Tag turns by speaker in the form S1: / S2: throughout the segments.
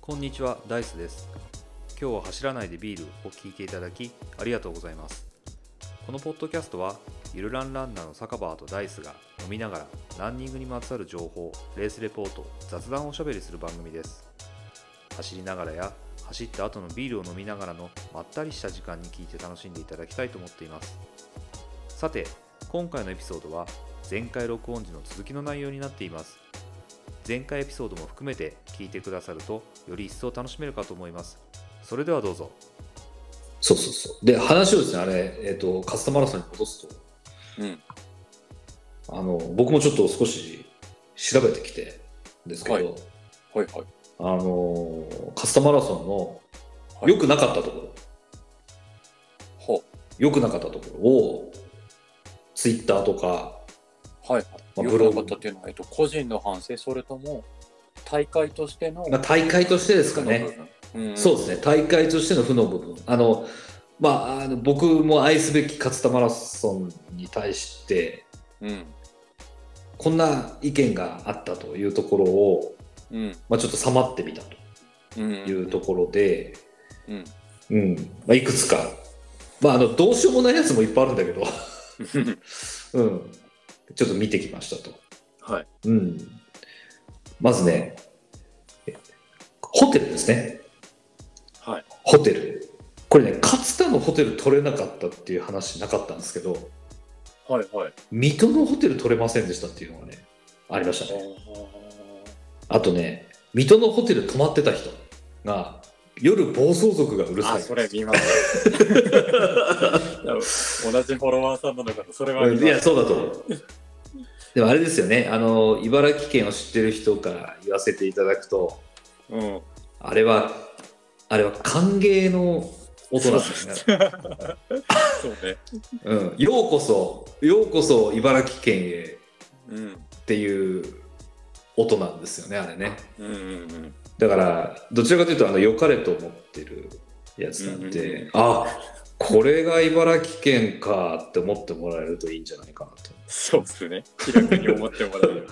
S1: こんにちはダイスです今日は走らないでビールを聞いていただきありがとうございますこのポッドキャストはゆるランランナーの酒場とダイスが飲みながらランニングにまつわる情報レースレポート雑談をおしゃべりする番組です走りながらや走った後のビールを飲みながらのまったりした時間に聞いて楽しんでいただきたいと思っていますさて今回のエピソードは前回録音時の続きの内容になっています前回エピソードも含めて聞いてくださるとより一層楽しめるかと思いますそれではどうぞ
S2: そうそうそう。で、話をですね、あれ、えっ、と、カスタマラソンに戻す
S3: うん。
S2: と、あの、僕もちょっと少し調べてきて、ですけど、
S3: はいはいはい。
S2: あのー、カスタマラソンの
S3: はい
S2: 良くなかったところ、
S3: ほ
S2: 良くなかったところを、ツイッターとか、
S3: う。はい
S2: まあ
S3: はい。
S2: ブ
S3: ブ
S2: ロ
S3: ロ
S2: グ
S3: グったっていうのは、えっと、個人の反省、それとも、大会としての。
S2: まあ、大会としてですかね。
S3: うんうん。
S2: そうですね、大会としての負の部分、あのまあ、あの僕も愛すべき勝田マラソンに対して、
S3: うん。
S2: こんな意見があったというところを、
S3: うん。
S2: まあ、ちょっとさまってみたと
S3: うん。
S2: いうところで、
S3: うん。
S2: うんまあ、いくつか、まああの、どうしようもないやつもいっぱいあるんだけど、 うん、ちょっと見てきましたと。
S3: はい。
S2: うん、まずね、えホテルですね。
S3: はい。
S2: ホテル。これね、勝田のホテル取れなかったっていう話なかったんですけど、
S3: はいはい。
S2: 水戸のホテル取れませんでしたっていうのがね、ありましたね。あとね、水戸のホテル泊まってた人が、夜暴走族がうるさ
S3: あ、
S2: い。
S3: それ見ま した。同じフォロワーさんなのかな、それは見ま
S2: い
S3: した。
S2: や、そうだと思う。でもあれですよね、あの、茨城県を知ってる人から言わせていただくと、
S3: うん。
S2: あれは、あれは歓迎の音なんですね。
S3: そうね。
S2: うん、ようこそ、ようこそ茨城県へ
S3: うん。
S2: っていう音なんですよね、あれね。
S3: うんうんうん。
S2: だから、どちらかというと、あの、良かれと思ってるやつなん
S3: うんうんう
S2: で、あこれが茨城県かって思ってもらえるといいんじゃないかなと。
S3: そうですね。気楽に思ってもらえる。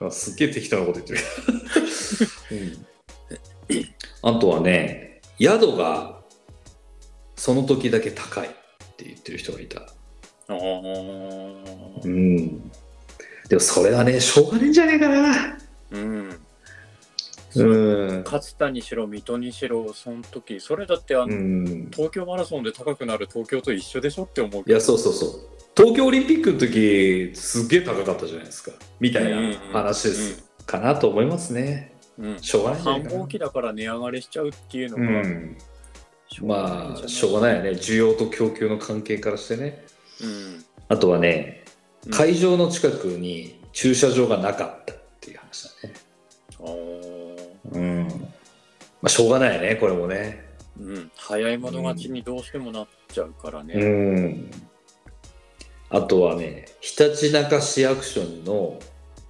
S2: あすっげえ適当なこと言ってる、うんあとはね宿がその時だけ高いって言ってる人がいた、
S3: あー
S2: うん、でもそれはねしょうがねえんじゃねえかな
S3: うん。
S2: うん、
S3: 勝田にしろ水戸にしろその時それだってあの、
S2: うん、
S3: 東京マラソンで高くなる東京と一緒でしょって思う
S2: いやそうそうそう東京オリンピックの時すっげえ高かったじゃないですかみたいな話です、かなと思いますね
S3: うんうん
S2: しょうがないんじゃな
S3: 繁
S2: いかな
S3: 忙期だから値上がりしちゃうっていうの
S2: う
S3: が、
S2: ん、まあしょう
S3: ない
S2: がないよね需要と供給の関係からしてね
S3: んじゃない、うん
S2: あとはね、
S3: うん
S2: 会場の近くに駐車場がなかったっていう話だね。
S3: あー
S2: うん。まあ、しょうがないよね、これもね。
S3: うん、早い者勝ちにどうしてもなっちゃうからね、
S2: うん。あとはね、ひたちなか市役所の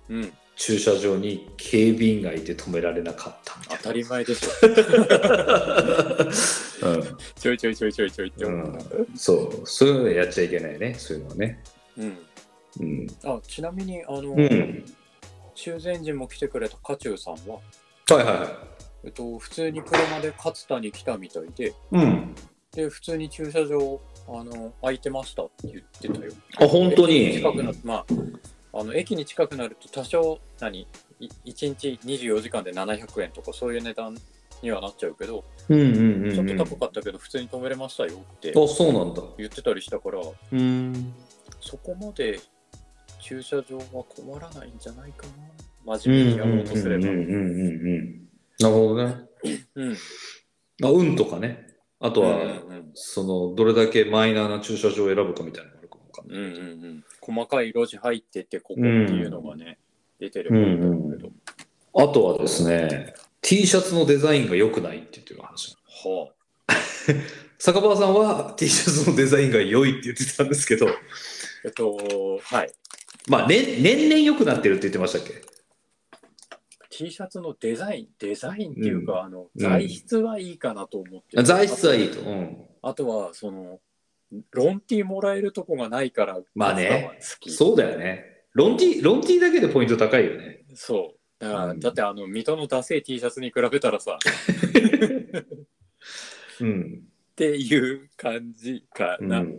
S3: うん
S2: 駐車場に警備員がいて止められなかったみた
S3: 当
S2: いな。
S3: たり前でしょ
S2: うん
S3: ちょいちょいちょいちょいちょいって思う、
S2: うん、そう、そういうのやっちゃいけないね、そういうのはね。
S3: うん
S2: うん。
S3: あちなみにあの、
S2: うん。
S3: 修善寺も来てくれた渦中さんは、
S2: はいはいはい。
S3: えっと、普通に車で勝田に来たみたいで
S2: うん。
S3: で普通に駐車場あの空いてましたって言ってたよ。
S2: あ、本当に。
S3: 駅近くなまああの駅に近くなると多少何い1日24時間で700円とかそういう値段にはなっちゃうけど、
S2: うんうんうん、うん。
S3: ちょっと高かったけど普通に止めれましたよって
S2: あ、そうなんだ。
S3: 言ってたりしたから
S2: うん。
S3: そこまで駐車場は困らないんじゃないかな真面目にやろうとすれば。
S2: う
S3: うん
S2: うんう
S3: ん
S2: んうんうんなるほどね。まあ、運とかね。あとは、
S3: うん
S2: その、どれだけマイナーな駐車場を選ぶかみたいなのがあるかもわかん
S3: うんう
S2: ない。
S3: んうん細かい路地入ってってここっていうのがね、出てるんだけど、
S2: あとはですね、T シャツのデザインが良くないって言ってる話。
S3: はあ
S2: 坂場さんは T シャツのデザインが良いって言ってたんですけど、
S3: えっとはい
S2: まあ、年年々良くなってるって言ってましたっけ
S3: T シャツのデザイン、デザインっていうか、あの
S2: ん
S3: 材質はいいかなと思って、
S2: あ材質はい
S3: い。
S2: いと。うん。
S3: あとは、その、ロンティーもらえるとこがないから、
S2: まあね
S3: パスタは好き。
S2: そうだよね。ロンティ、ロンティだけでポイント高いよね。
S3: そう。あ
S2: う
S3: ー
S2: ん
S3: だってあの水戸のダセい T シャツに比べたらさっ
S2: うん。
S3: ていう感じか
S2: う
S3: な、
S2: ん、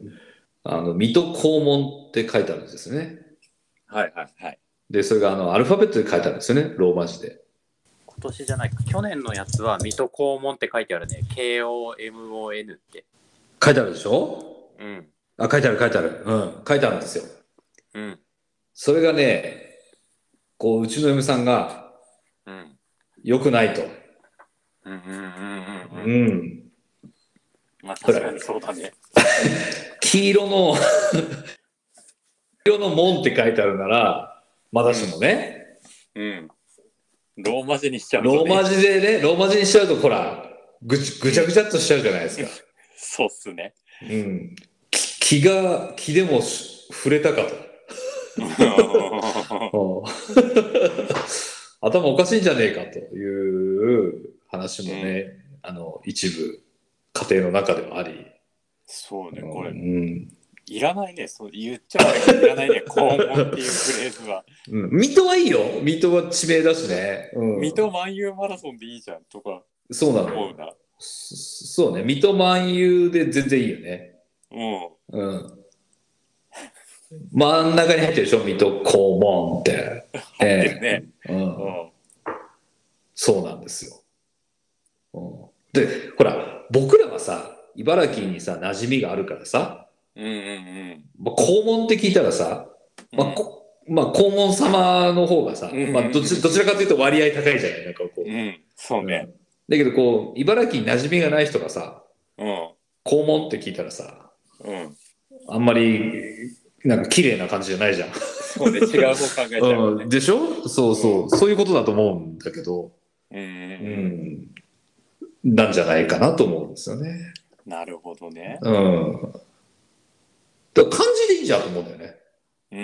S2: あの、水戸黄門って書いてあるんですよね。
S3: はいはいはい
S2: で、それがあの、アルファベットで書いてあるんですよね、ローマ字で。
S3: 今年じゃないか去年のやつは水戸黄門って書いてあるね KOMON って
S2: 書いてあるでしょ
S3: うん
S2: あ、書いてある書いてある。うん、書いてあるんですよ。
S3: うん
S2: それがね、こう、うちの嫁さんが、
S3: うん
S2: 良くないと。
S3: うんうんうんうん
S2: う
S3: うん
S2: ん。
S3: まあ確かにそうだね
S2: 黄色の、黄色の門って書いてあるなら、まだしもね、
S3: うんローマ字にしちゃうとね、
S2: ローマ字でね、ローマ字にしちゃうと、ほら、ぐちぐちゃぐちゃっとしちゃうじゃないですか。
S3: そうっすね
S2: うん。き気が、気でもし触れたかと。 頭おかしいんじゃねえかという話もね、あの、一部、家庭の中ではあり。
S3: そうねこ
S2: う
S3: れ
S2: ん。
S3: いらないねそう言っちゃうけどいらないね 黄門っていうフレーズは
S2: うん、水戸はいいよ。水戸は地名だしね。うん、
S3: 水戸万有マラソンでいいじゃんとか
S2: そうな
S3: 思う
S2: の。
S3: な
S2: そそうね。水戸万有で全然いいよね。
S3: うん
S2: うん。真ん中に入ってるでしょ水戸黄門って。
S3: 入って
S2: え
S3: るね、
S2: え
S3: う
S2: うん。
S3: ん
S2: そうなんですよ。うん、で、ほら、僕らはさ、茨城にさ、馴染みがあるからさ、
S3: うんうん
S2: まあ、黄門って聞いたらさ、
S3: うん。
S2: まあこまあ、黄門様の方がさ、
S3: うん
S2: まあどち、どちらかというと割合高いじゃないなんかこう。
S3: うん、そうね。
S2: だけどこう、茨城に馴染みがない人がさ、
S3: うん。
S2: 肛門って聞いたらさ、
S3: うん。
S2: あんまり、なんか綺麗な感じじゃないじゃん。
S3: そうね、違う方考えちゃうよね。
S2: でしょそうそう、そういうことだと思うんだけど、
S3: うん
S2: う
S3: うんうん。
S2: ん。なんじゃないかなと思うんですよね。
S3: なるほどね。
S2: うん。だから漢字でいいじゃんと思うんだよね。
S3: うん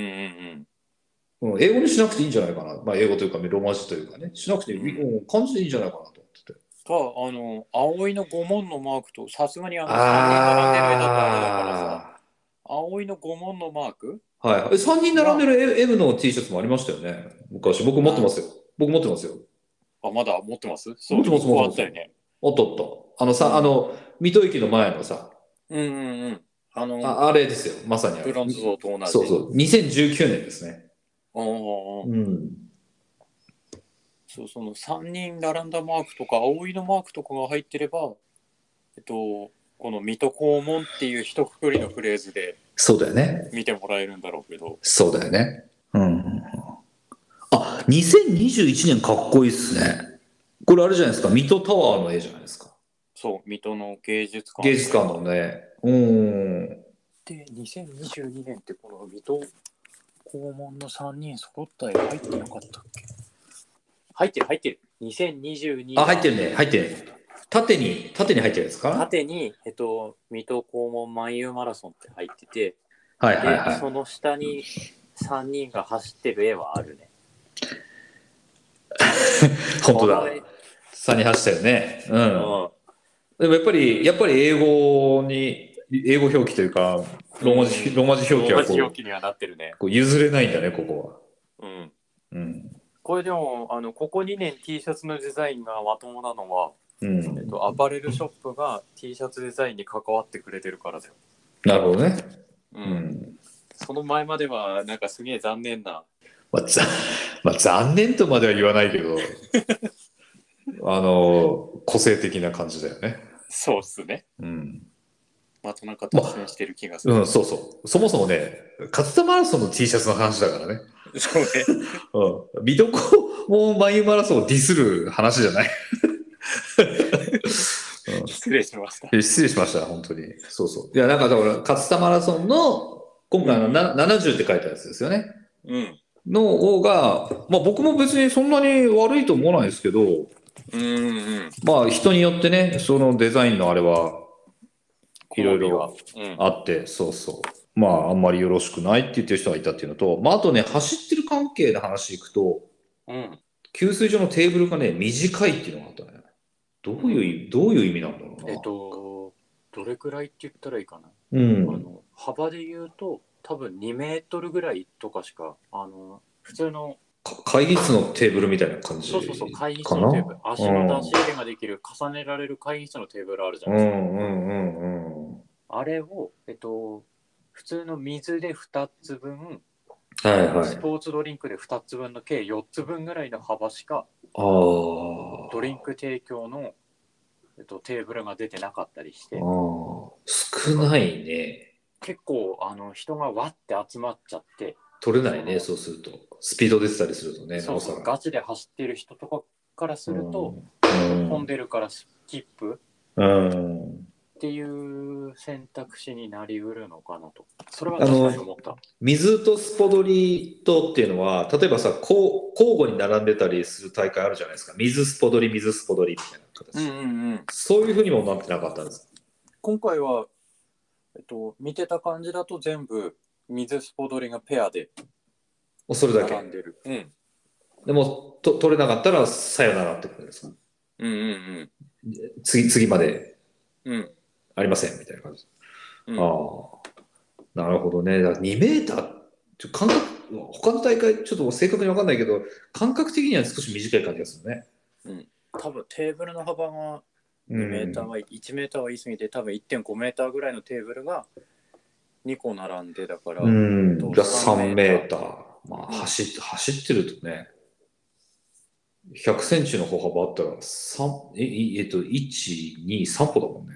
S3: うん
S2: うん、英語にしなくていいんじゃないかな。まあ、英語というか、ローマ字というかね。しなくていい、うん、漢字でいいんじゃないかなと思ってて。
S3: うん。か、あの、葵の御門のマークと、さすがにあの、
S2: あ
S3: あ葵の御門のマーク
S2: あ。はい。え、3人並んでる M の T シャツもありましたよね。昔。僕持ってますよ。僕持ってますよ。
S3: あ、まだ持ってますそ
S2: 持ってます
S3: ここ
S2: 持
S3: あ
S2: っ
S3: って
S2: ます
S3: たよね。
S2: おっとっと。あのさ、あの、水戸駅の前のさ、
S3: うんうんうん。あの、
S2: ああれですよ。まさにあ
S3: ブ
S2: れ。
S3: ロンズ像と同じ。
S2: そうそう。2019年ですね。
S3: うんうんうん。
S2: うん。
S3: そう、その3人並んだマークとか、葵のマークとかが入ってれば、えっと、この水戸黄門っていう一括りのフレーズで
S2: そうだよね。
S3: 見てもらえるんだろうけど、
S2: そうだよね。うん。あ、2021年かっこいいっすね。これあれじゃないですか。水戸タワーの絵じゃないですか。
S3: そう、水戸の芸術館。
S2: 芸術館のね。うん。
S3: で、2022年ってこの水戸黄門の3人揃った絵入ってなかったっけ入ってる、入ってる。2022
S2: あ、入ってるね。入ってる。縦に、縦に入ってるんですかは
S3: 縦に、えっと、水戸黄門万有マラソンって入ってて、
S2: い
S3: で、
S2: はいはい。
S3: その下に3人が走ってる絵はあるね。
S2: 本当だ
S3: 可愛い。
S2: サニハしたよね。うん。
S3: うん
S2: でもやっぱり、やっぱり英語に、英語表記というか、ローマ字、
S3: うん
S2: ローマ字表記は
S3: 同
S2: こ
S3: じ表
S2: う、
S3: 記にはなってるね。
S2: こう譲れないんだね、ここは。
S3: う
S2: う
S3: ん。
S2: ん。
S3: これでも、あの、ここ2年 T シャツのデザインがまともなのは、
S2: うん。
S3: えっと、アパレルショップが T シャツデザインに関わってくれてるからだよ。
S2: なるほどね。う。
S3: う
S2: ん。
S3: その前までは、なんかすげえ残念な。
S2: まあ、ざ まあ、残念とまでは言わないけ ど、あの、個性的な感じだよね。
S3: そうっすね。
S2: うん。
S3: まとなんか達成してる気がする。
S2: うん、そうそう。そもそもね、勝田マラソンの T シャツの話だからね。
S3: そうね。
S2: うん。水戸黄門マユマラソンをディスる話じゃない。うん
S3: 失礼しました。
S2: え 失礼しました、本当に。そうそう。いや、なんかだから、勝田マラソンの、今回のな、70って書いたやつですよね。
S3: うん。
S2: の方が、まあ僕も別にそんなに悪いと思わないですけど、
S3: うんうん。
S2: まあ人によってね、そのデザインのあれは、いろいろ
S3: うん。
S2: あって、そうそう。まああんまりよろしくないって言ってる人がいたっていうのと、まああとね、走ってる関係の話いくと、
S3: うん。
S2: 給水所のテーブルがね、短いっていうのがあったね。どういう意味、どういう意味なんだろうな。
S3: えっと、どれくらいって言ったらいいかな。
S2: う
S3: あ
S2: ん。
S3: の幅で言うと、多分2メートルぐらいとかしか、あの、普通の
S2: か会議室のテーブルみたいな感じ
S3: そうそうそう、会議室のテーブル。足の出し入れができる、重ねられる会議室のテーブルあるじゃ
S2: う
S3: ないですか。
S2: んうんうんうん
S3: あれを、えっと、普通の水で2つ分、
S2: はいは
S3: ス
S2: い
S3: ポーツドリンクで2つ分の計4つ分ぐらいの幅しか、
S2: あー
S3: ドリンク提供の、えっと、テーブルが出てなかったりし
S2: あ
S3: て、
S2: ー少ないね
S3: 結構あの人がわって集まっちゃって、
S2: 取れないねそうするとスピード出てたりするとね
S3: そうそ
S2: なお
S3: う
S2: さら
S3: ガチで走ってる人とかからすると、
S2: うん
S3: 混んでるからスキップ
S2: うん
S3: っていう選択肢になりうるのかなと。それは確かに思った。
S2: 水とスポドリとっていうのは例えばさこう交互に並んでたりする大会あるじゃないですか水スポドリ水スポドリみたいな形、
S3: うんうんうん。
S2: そういうふうにもなってなかったんですか
S3: 今回は、えっと、見てた感じだと全部水スポドリがペアで
S2: それだけ
S3: 並んでる。うん。
S2: でもと取れなかったらさよならってことですか
S3: うんうん
S2: 次次まで
S3: うん。うん。
S2: ありませんみたいな感じ、
S3: うん、
S2: ああなるほどねだから2メーターちょ感覚他の大会ちょっと正確に分かんないけど感覚的には少し短い感じがするね
S3: 多分テーブルの幅が
S2: うん
S3: 2メーターは、1メーターは言い過ぎて多分1.5メーターぐらいのテーブルが2個並んでだから、
S2: うん、
S3: どう
S2: じゃあ3
S3: 3
S2: メ
S3: メ
S2: ー
S3: ー
S2: タ
S3: タ
S2: ー。まあ、走って、走ってるとね、100センチの歩幅あったら、三え、いえっと、1、2、3歩だもんね。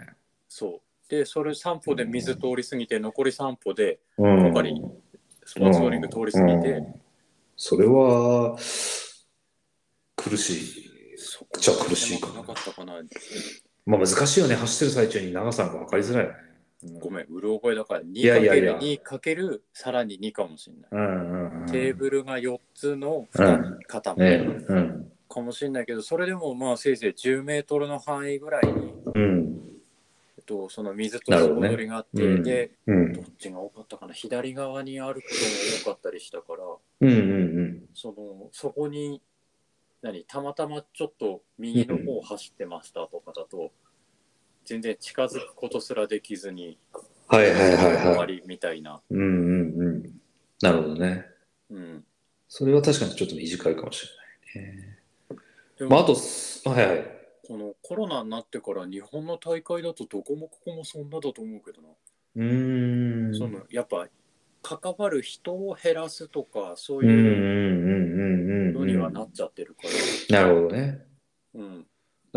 S3: そうでそれ3歩で水通り過ぎて残り3歩で
S2: うん。
S3: やっぱりスポーツドリンク通り過ぎて、
S2: うんそれは、苦しい。
S3: そ
S2: じゃあ苦しいかな
S3: なかったかな
S2: まあ難しいよね、走ってる最中に長さが分かりづらいよね。うん
S3: ごめんうる覚えだから2
S2: やいやいや
S3: かける2かけるさらに2かもしれない、
S2: うんうんうん。
S3: テーブルが4つの
S2: うん
S3: 固
S2: ね
S3: め
S2: うん。
S3: かもしれないけど、それでもまあせいぜい10メートルの範囲ぐらいに、
S2: うん。
S3: えっと、その水とスポドリがあって、
S2: なるほどねうん
S3: で
S2: うん
S3: どっちが多かったかな左側にあることが多かったりしたから
S2: うんうん
S3: そのそこに何たまたまちょっと右の方を走ってましたとかだと、全然近づくことすらできずに
S2: うん。はいはいはい
S3: 終
S2: は
S3: わ
S2: い。
S3: りみたいな、
S2: うんうんうん。なるほどね。
S3: うん、
S2: それは確かにちょっと短いかもしれないね。
S3: でも
S2: まあ、あと、すはいはい。
S3: このコロナになってから日本の大会だとどこもここもそんなだと思うけどな、
S2: うーん。
S3: そのやっぱ関わる人を減らすとかそう
S2: うんうん
S3: いう
S2: うんうん
S3: の
S2: うん。
S3: にはなっちゃってるか
S2: なるほどね。
S3: ら、うん、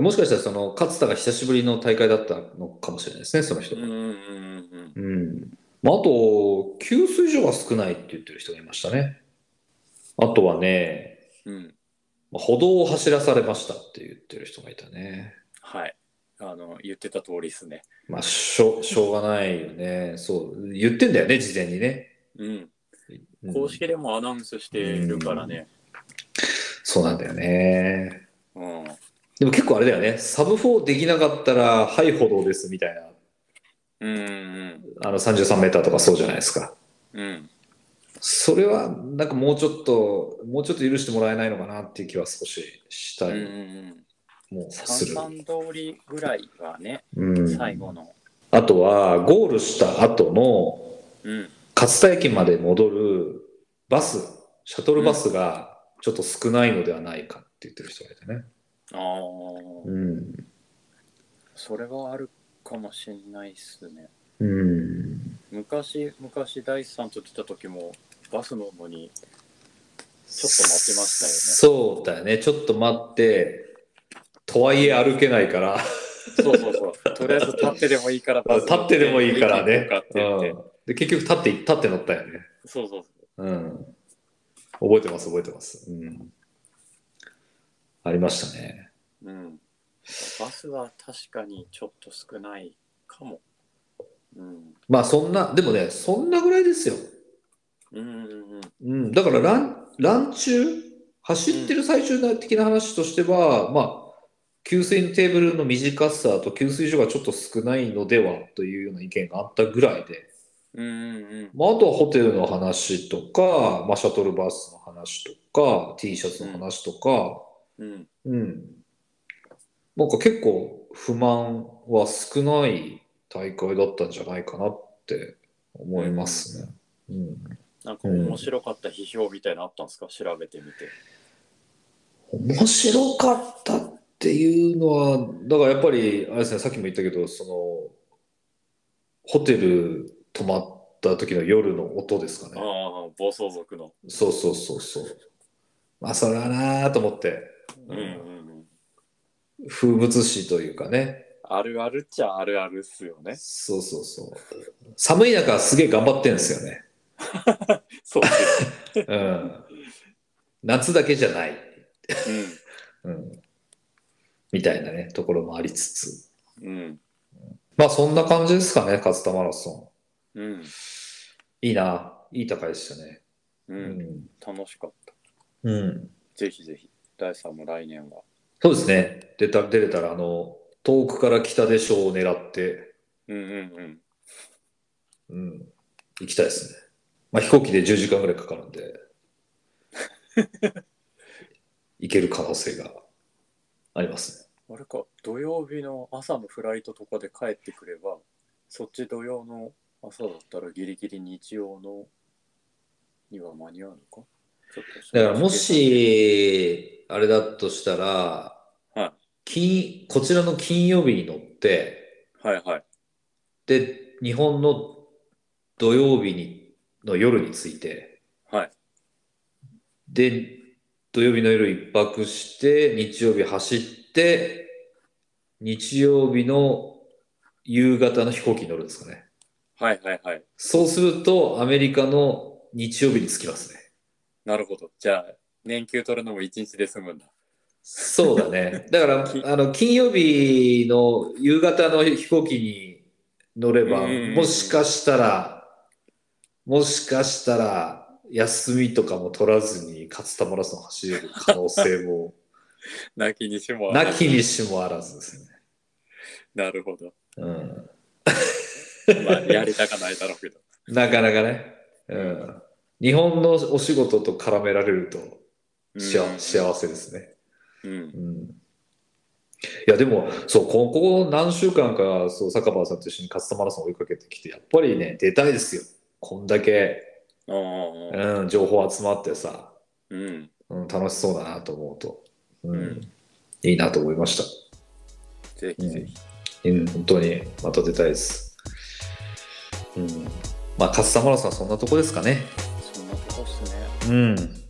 S2: もしかしたら、その、勝田が久しぶりの大会だったのかもしれないですね、その人
S3: うんうん
S2: が。
S3: うんうん
S2: うん。まあ、あと、給水所が少ないって言ってる人がいましたね。あとはね、
S3: うん
S2: まあ歩道を走らされましたって言ってる人がいたね。
S3: はい。あの、言ってた通りですね。
S2: まあ、しょしょうがないよね。そう。言ってんだよね、事前にね。
S3: うん。
S2: うん
S3: 公式でもアナウンスしてるからね。
S2: そうなんだよね。
S3: うん。
S2: でも結構あれだよね、サブ4できなかったら、はい、歩道ですみたいな、
S3: うんうん
S2: あの33メーターとかそうじゃないですか。
S3: うん。うん。
S2: それは、なんかもうちょっと、もうちょっと許してもらえないのかなっていう気は少しした
S3: うんう
S2: り
S3: ん。
S2: もす
S3: 三
S2: る。
S3: 三通りぐらいがね、
S2: うん、
S3: 最後の。
S2: あとは、ゴールした後の
S3: うん。
S2: 勝田駅まで戻るバス、シャトルバスがちょっと少ないのではないかって言ってる人がいてね。
S3: ああ、
S2: うん
S3: それはあるかもしれないっすね。
S2: うん
S3: 昔、昔、大地さんと来た時も、バス乗るのに、
S2: ち
S3: ょっと待ってま した
S2: そうだよね。ちょっと待って、とはいえ歩けないから、
S3: そうそうそう。とりあえず立ってでもいいからバス
S2: 立
S3: 乗
S2: ってでもいいから
S3: 駅
S2: ね
S3: 行こうかっ。て言って
S2: うんで結局立って、立って乗ったよね。
S3: そうそうそう。
S2: うん。覚えてます、覚えてます。うん。ありましたね。
S3: うん、バスは確かにちょっと少ないかも。うん。
S2: まあそんな、でもね、そんなぐらいですよ。
S3: うんうんうん。
S2: うん。だからラン、ラン中、走ってる最中的な話としては、まあ、給水のテーブルの短さと給水所がちょっと少ないのではというような意見があったぐらいで、
S3: うんうん
S2: まあ、あとはホテルの話とか、まあ、シャトルバスの話とか、T シャツの話とか、
S3: うん。うん。
S2: うん。なんか結構不満は少ない大会だったんじゃないかなって思いますね。うん。
S3: なんか面白かった批評みたいなのあったんですか、調べてみて。
S2: 面白かったっていうのは、だからやっぱり、あれですね、さっきも言ったけど、その、ホテル泊まった時の夜の音ですか
S3: あ
S2: ね。
S3: あ、暴走族の。
S2: そうそうそうそう。まあ、それはなーと思って、
S3: うんうんうん。
S2: 風物詩というかね。
S3: あるあるっちゃあるあるっすよね。
S2: そうそうそう。寒い中、すげえ頑張ってんですよね。
S3: そうで
S2: うん。夏だけじゃない。
S3: すよ。
S2: うん。みたいなね、ところもありつつ。
S3: うん。
S2: まあ、そんな感じですかね、勝田マラソ
S3: うん。うん。
S2: ン。いいな。いい高いでしたね。
S3: う。
S2: うんん。
S3: 楽しかった。
S2: うん。
S3: ぜひぜひ。大さんも来年は。
S2: そうですね。出た、出れたら、あの、遠くから北で賞を狙って、
S3: うんうんうん。
S2: うん。行きたいですね。まあ、飛行機で10時間ぐらいかかるん で。行ける可能性がありますね。
S3: あれか、土曜日の朝のフライトとかで帰ってくれば、そっち土曜の朝だったらギリギリ日曜のには間に合うのかちょっと
S2: だからも、し、あれだとしたら、
S3: は
S2: 金、こちらの金曜日に乗って、
S3: い、はいはい。
S2: で、日本の土曜日に、の夜に着いて、
S3: はい。
S2: で、土曜日の夜一泊して、日曜日走って、日曜日の夕方の飛行機に乗るんですかね。
S3: はいはいはい。
S2: そうすると、アメリカの日曜日に着きますね。
S3: なるほど。じゃあ、年休取るのも一日で済むんだ。
S2: そうだ ね。だから、あの、金曜日の夕方の飛行機に乗れば、
S3: うんうんうん
S2: もしかしたら、もしかしたら、休みとかも取らずに勝田マラソン走れる可能性も、
S3: なきにしもあら
S2: なきにしもあらずですね。
S3: なるほど。
S2: うん。
S3: まあ、やりたかないだろうけど。
S2: なかなかね。うん。日本のお仕事と絡められると しあ
S3: うん
S2: 幸せですね。
S3: うん。
S2: うんいやでも、そう、ここ何週間か、そう、坂場さんと一緒に勝田マラソンを追いかけてきて、やっぱりね、出たいですよ。こんだけ、
S3: ああ。
S2: うん、情報集まってさ、
S3: うん。
S2: うん、楽しそうだなと思うと、うん、
S3: うん
S2: いいなと思いまし
S3: ぜひぜひ。
S2: た。うん、本当に、また出たいです。うん、まあ、勝田マラソンはそんなとこですかね。
S3: そんなとこっすね。
S2: うん。